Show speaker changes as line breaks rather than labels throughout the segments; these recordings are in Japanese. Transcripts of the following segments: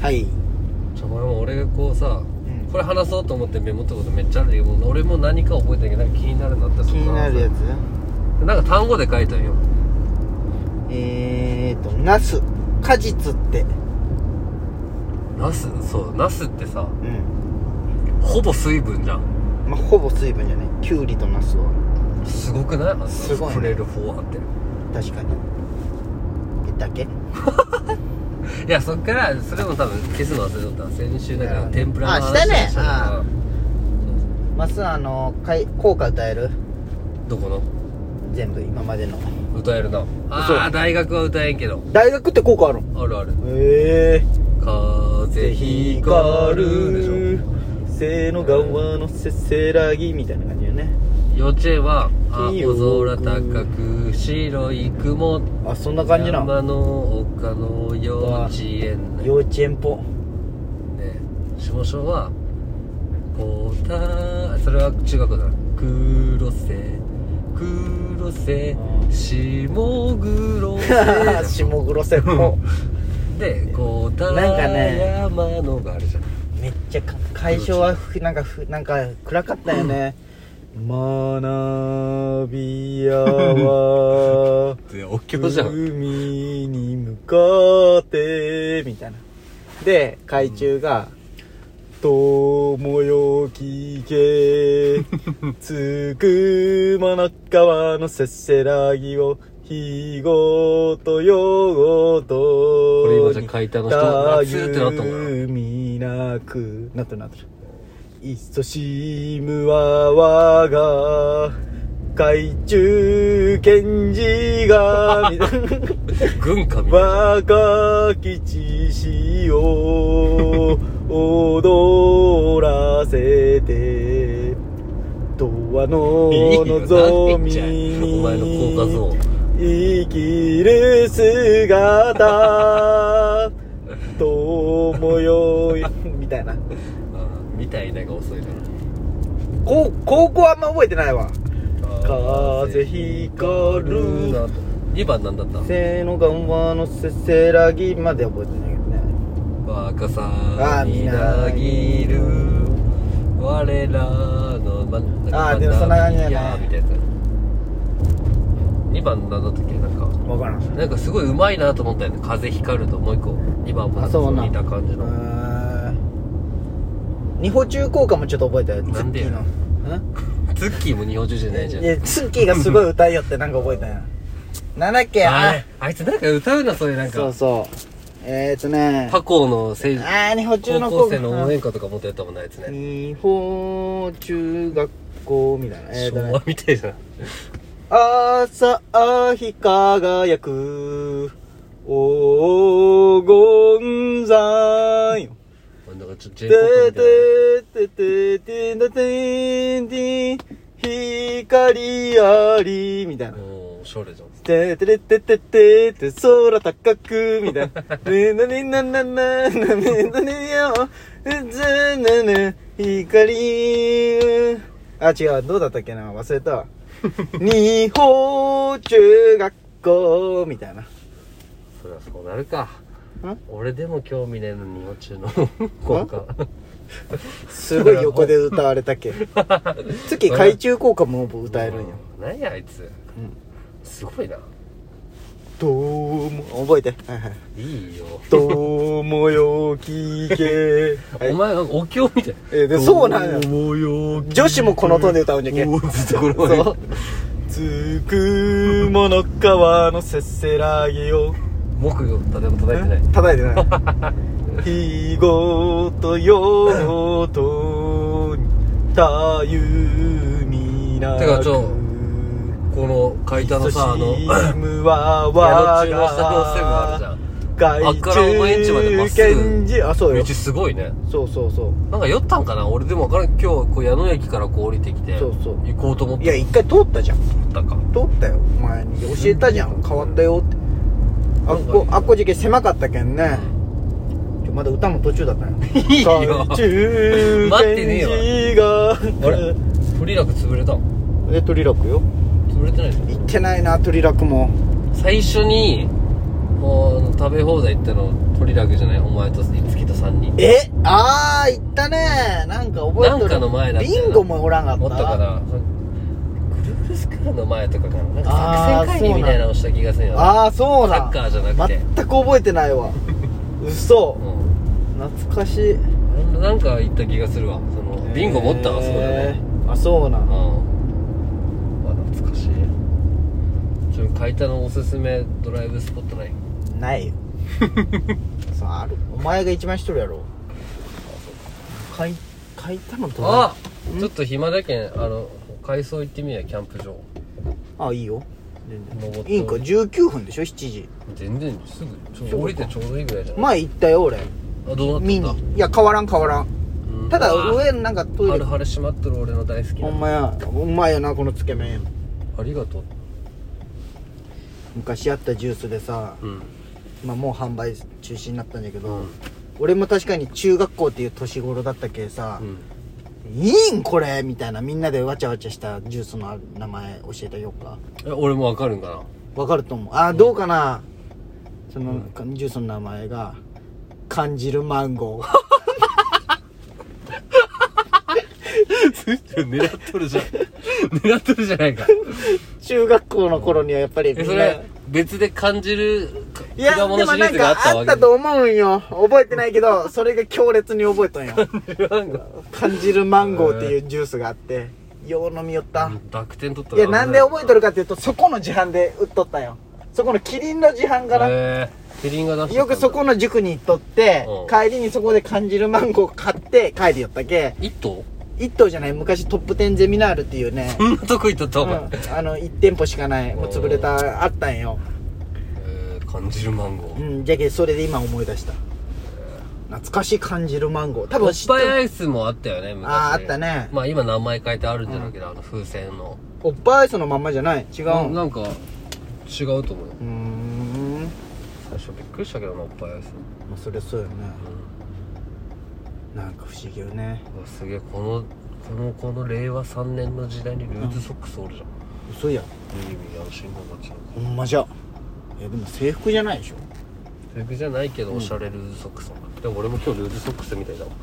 はい
ちょこれも俺がこうさ、
ん
これ話そうと思ってメモったことめっちゃあるんだけど俺も何か覚えてないけどなんか気になるなって
気になるやつ
つなんか単語で書いたんよ
えーとナス果実って
ナスそうナスってさ
うん
ほぼ水分じゃん
まあほぼ水分じゃないきゅうりとナスは
すごくない
すごいね
触れるフォアって
確かにえだけ
いやそっからそれも多分消すの忘れとった先週だから天ぷらの話
あしたね
から
あまっすーあのかい効果歌える
どこの
全部今までの
歌えるなああ
嘘
大学は歌えんけど
大学って効果あるの
あるある
ええ
風
ひ
光るでしょ
せの川のせせらぎみたいな感じよね
幼稚園は青空
清く
高く白い雲
あそんな感じな
山の丘の幼稚園ね
幼稚園っ ぽ
ね下昇はこうたそれは中学校だな黒瀬黒瀬
うん
下黒瀬
下黒線も
でこうた
なんかね
山のがあるじゃん
めっちゃか解消はふなんかふなんか暗かったよね学びや は
でお経じゃん
海に向かってみたいなで海中が「友よ聞 けつくもの川のせせらぎを日ごとよごと」
これ今じゃあ書いたの人がスーってなったもんな
みなくなってるなってるいそしむは我が海中賢治がみたいな
軍歌みたい な
若き血潮を踊らせて永遠の
いいよ
望み
お前の効果像
生きる姿友よいみたいな
みたいなが遅いな
こ高校あんま覚えてないわ風光るな
2番なんだった
せーのがんわのせせらぎまで覚えてないけどね
若さみなぎる我らのま
あーでもそんな感じだね
やーみたいなや2番なんだったっけなんか
分からん
なんかすごい上手いなと思ったよね風光るともう一個2番もなん
あ
か
そうな
似た感じの
二歩中効果もちょっと覚えたよ
なんで
ツッキーの
ツッキーも日本中じゃないじゃ
ん
ん
いやツッキーがすごい歌いよってなんか覚えたよなんだっけ
あ
あ
れあいつなんか歌うなそういうなん
そう
か
そうえーっとね
他校のせい
あー二歩中
高
の
校生の応援歌とか持ってたもんねあいつね
日本中学校みたいな、え
昭
ーとね
和みたいじゃん
朝日輝く黄金山よ
なんかちょっと
て
J-POP みたいな
ててててててんてん光ありみたいな。
もうおしゃれじゃん
ててててててて空高くみたいな。ねなにななななななによ。ずなな光。あ、違う。どうだったっけな忘れたわ。日本中学校みたいな。
そりゃそうなるか
ん
俺でも興味ねえのに幼中の効果
すごい横で歌われたっけ。月海中効果も歌えるんよ。
何やあいつ、すごいな
どうも覚えて、はいはい、
いいよ
どうもよ聞け、は い
お前なんかお経みたい
えーでそうなのよ
よ
女子もこのトーンで歌うんじゃけ
おーずっとこれまで
そうつくもの川のせせらぎを
木魚たでも叩いてない
叩い てない日ごと夜ごとにたゆみなく
てかちょこの海田のさあの
勤し
幼
む は
中
我
の下の線があるじゃ
が
ん
外
あっからお前んちまでまっす
賢治あそうよ
道すごいね
そうそうそう
なんか酔ったんかな俺でも分からん今日こう矢野駅からこう降りてきて
そうそう
行こうと思っ
いや
て
一回通ったじゃん
たか
通ったよ前に教えたじゃん変わったよってあっこあっこ時期狭かったけんねちょまだ歌も途中だったよ
いいよ
待って
ね
えわ
あれフリーラク潰れたん
えトリラクよ
潰れてないの
行ってないなトリラクも
最初にもうあの食べ放題行ったの鳥だけじゃないお前と樹と3人
えああ言ったねなんか覚えてる
なんかの前だった
ビ
よな
ンゴもおらんかった
おったかなグループスクールの前とかかななん
あ
か
ー
作戦会議みたいなのをした気がするよ
ああそうだ
サッカーじゃなくて
全く覚えてな いわ嘘
う
懐かしい
んなんか行った気がするわそのビンゴ持ったわそこで
へ
ね
ーあそうな
うん
ん
まあ懐かしいちょ海田のおすすめドライブスポットない
ない よそうあるお前が一番しとるやろ買い買いたのと
あ
ん
ちょっと暇だけんあの海藻行ってみやキャンプ場
あいいよ全然
登って
いいんか19分でしょ7時
全然すぐちょ
そうか
降りてちょうどいいぐらいじゃない
前行ったよ俺
あどうなっ
見
て
に
た
いや変わらん変わらん
うん
ただ
あー
上なんかト
ある
イレ
はる閉まっとる俺の大好き
ほ
なん
まやほんまやなこのつけ麺
ありがとう
昔あったジュースでさ、
うん
まあ、もう販売中止になったんだけど、
うん
俺も確かに中学校っていう年頃だったけさ
うん
「いいんこれ!」みたいなみんなでわちゃわちゃしたジュースの名前教えてよっか
え俺もわかるんかな
わかると思うあーどうかな、そのジュースの名前が「感じるマンゴー
狙っとるじゃん 狙っとるじゃないか」
中学校の頃にはやっぱりみ
え
んな
それ別で感じるか
いや、で
果
も
物シリ
な
ー
ん
ズがあっ
か
た
あ
わ
っ
け
たと思うんよ。覚えてないけど、それが強烈に覚えと んよ。感じるマンゴーっていうジュースがあって、よう飲みよった。
濁点取った
いや、なんで覚えと
る
るかっていうと、そこの自販で売っとったんよ。そこのキリンの自販
から
かな。
へえキリンが出してた
よくそこの塾に行っとって
う、ん
帰りにそこで感じるマンゴー買って帰りよったけ。
一頭
一頭じゃない、昔トップ10ゼミナールっていう ね、
そんなとこ行っとった
う
お
ん
前、
あの、1店舗しかない、もう潰れた、あったんよ。
えー感じるマンゴ
う
ー
ん、じゃけそれで今思い出した懐かしい感じるマンゴー多
お
分
っ
知っ
ぱいア
てる
イスもあったよね昔
あーあったね
まあ今名前変えてあるんじゃないけど、あの風船の
おっぱいアイスのまんまじゃない違う
な
う
なんか違うと思うよ
ーんま
最初びっくりしたけどなおっぱいアイス、
あそれそうよね
う
なんか不思議よね
んうわすげえこのこのこの令和3年の時代にルーズソックスおるじゃん、
嘘や
いい意味であの信号待ちの
ほんまじゃいやでも制服じゃないでしょ
服じゃないけどおしゃれルーズソックスもあってでも俺も今日ルーズソックスみたいだもん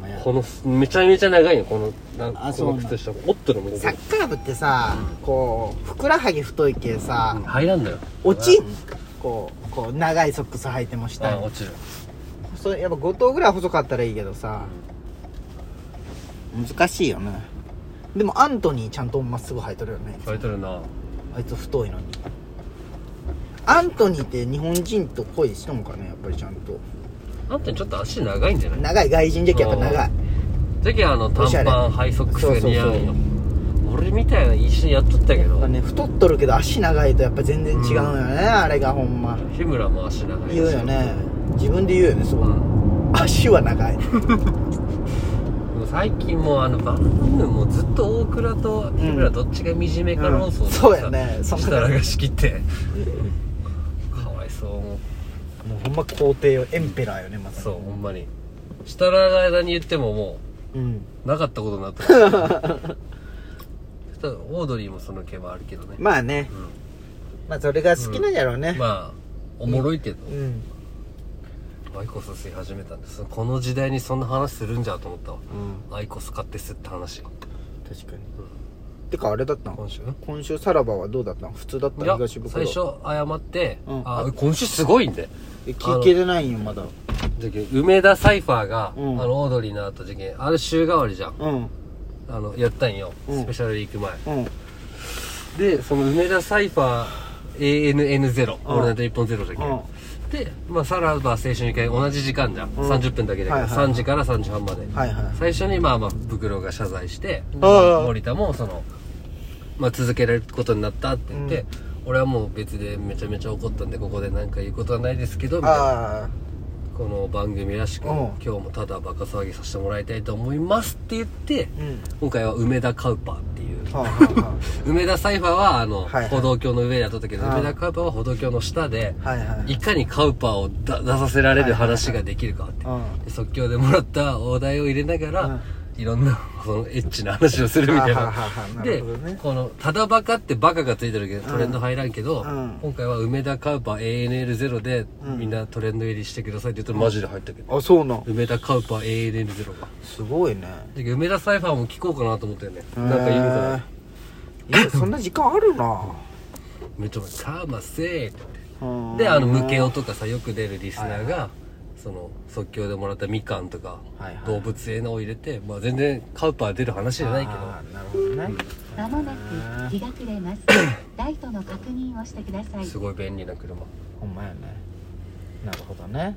ほんまや
このすめちゃめちゃ長いのこのなん
あ
この
そうなん
靴下折ってるもんこ
サッカー部ってさこうふくらはぎ太い系
こうん
さ
入らんのよ
おちんこうこう長いソックス履いてもし
あ
た
落ちる
そうやっぱ5頭ぐらい細かったらいいけどさ難しいよねでもアントニーちゃんとまっすぐ履いとるよね
入ってるな
あいつ太いのにアントニーって日本人と恋しとんかねやっぱりちゃんと
あんたにちょっと足長いんじゃない
長い外人じゃけやっぱ長い
じゃけあの短
おしゃれ
パンハイソックスが似合う
そうそ
よ俺みたいな一緒にやっとったけ
やっぱ
ど
ね太っとるけど足長いとやっぱ全然違うよね、あれがほんま
日村も足長いし
言うよね自分で言うよねそうこ
ん
足は長 い
もう最近もうあのバンドムーンもずっと大倉と日村どっちが惨めか論争
うん
と
そう
か
や
さ
ねそんな
設楽が仕切ってかわいそうも
もうほんま皇帝よエンペラーよねま
う
さに
そうほんまに設楽が間に言ってもも
うん
うなかったことになってるただオードリーもその毛はあるけどね
まあね、まあそれが好きなんやろうね、
まあおもろいけど
うん
アイコス吸い始めたんですこの時代にそんな話するんじゃと思ったわアイコス買って吸った話
確かに、てかあれだったの
今週
今週さらばはどうだったの普通だった
い
の
や
東袋
最初謝って、
うん
あ今週すごいんで
え聞けてないんよまだ
じゃけ梅田サイファーが、
うん
あのオードリーの後じゃけあれ週替わりじゃん
うん
あのやったんよ、
うん
スペシャルリーク前
うん
でその梅田サイファー ANN0、
ん
オールナイト日本ゼロじゃけ、で、まあ、さらば青春2回同じ時間じゃん、
ん
30分だけだけど、
はいはいはい
3時から3時半まで、
はいはい
最初にまあまあ袋が謝罪して
ああ
森田もその、まあ、続けられることになったって言って、
うん
俺はもう別でめちゃめちゃ怒ったんでここで何か言うことはないですけどみたいな
あ
この番組らしく
うん
今日もただバカ騒ぎさせてもらいたいと思いますって言って
あうん
今回は梅田カウパーっていう
はあ、は
梅田サイファーはあの
はいはい
歩道橋の上でやっとったけど
ああ
梅田カウパーは歩道橋の下で
あ、はいはい
いかにカウパーをだ出させられる話ができるかって
うん
で即興でもらったお題を入れながら、
うん
いろんなそのエッチな話をするみたい
はは
な。
ははなる
で
ほどね、
この、ただバカってバカがついてるけど、トレンド入らんけど、
うん
今回は梅田カウパー ANL0 で、
うん
みんなトレンド入りしてくださいって言うとマジで入ったけど。
あそうなん
梅田カウパー ANL0 が。
すごいね
で梅田サイファーも聞こうかなと思ったよね。なんか言うから。
えーいやそんな時間あるな
めっちゃ前かませ」って
うん
であのムケオとかさよく出るリスナーがその即興でもらったみかんとか
はいはい
動物園のを入れてまあ全然カウパー出る話じゃないけど
あーなるほどね
まもなく日が暮れます。ライトの確認をしてください
す。ごい便利な車
ほんまやねなるほどね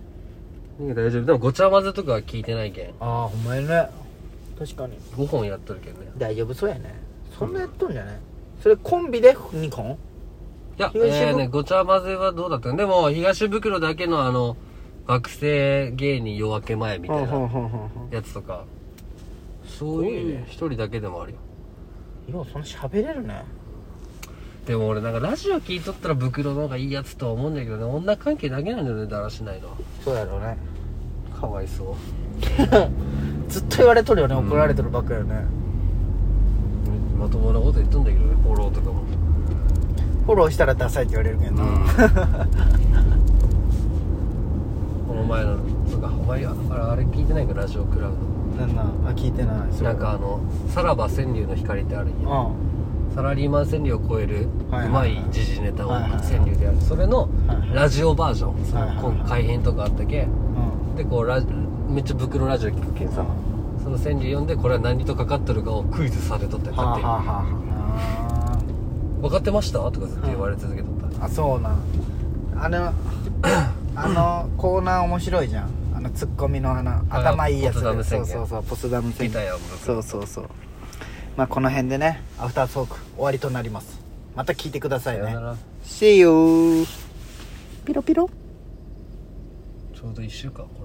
大丈夫でもごちゃ混ぜとかは聞いてないけん
ああほんまやね確かに
5本やっとるけんね
大丈夫そうやねそんなやっとんじゃねそれコンビで2本
いやえ
東袋
ーねごちゃ混ぜはどうだったのでも東袋だけのあの学生芸人夜明け前みたいなやつとかそういう一人だけでもあるよ
ようそんな喋れるね
でも俺なんかラジオ聞いとったら袋の方がいいやつとは思うんだけどね女関係だけなんだよねだらしないのは
そうやろうね
かわいそ
ずっと言われとるよね
うん
怒られてるばっかよね、
うまともなこと言っとんだけどねフォローとかも
フォローしたらダサいって言われるけどな、
この前のとかお前ああれあれ聞いてないかラジオクラウ
なんなんあ聞いてないそ
ド
れ
なんかあのさらば川柳の光ってあるん
うん
や
は
サラリーマン川柳を超えるう
はい
ま
はい
い時事ネタを
はいはいはい
川柳であるそれの
はいはい
ラジオバージョンそ
はいはいは
の
い
今回編とかあったけん
うん
でこうラジめっちゃ袋ラジオ聞くけんさその川柳読んでこれは何とかかっとるかをクイズされとったり
はあ
勝手
はあ
に
はあは
分かってましたとかずっと言われ続けとった、
ああそうなんあの あのコーナー面白いじゃんあのツッコミの花頭いいやつ
ポツダム宣
そう
言
そうそうポツダム宣
見た
言
よ
そうそうそうまあこの辺でねアフタートーク終わりとなりますまた聞いてくださ
さ
い
よ
ね
なら
See you ピロピロ
ちょうど1週間これ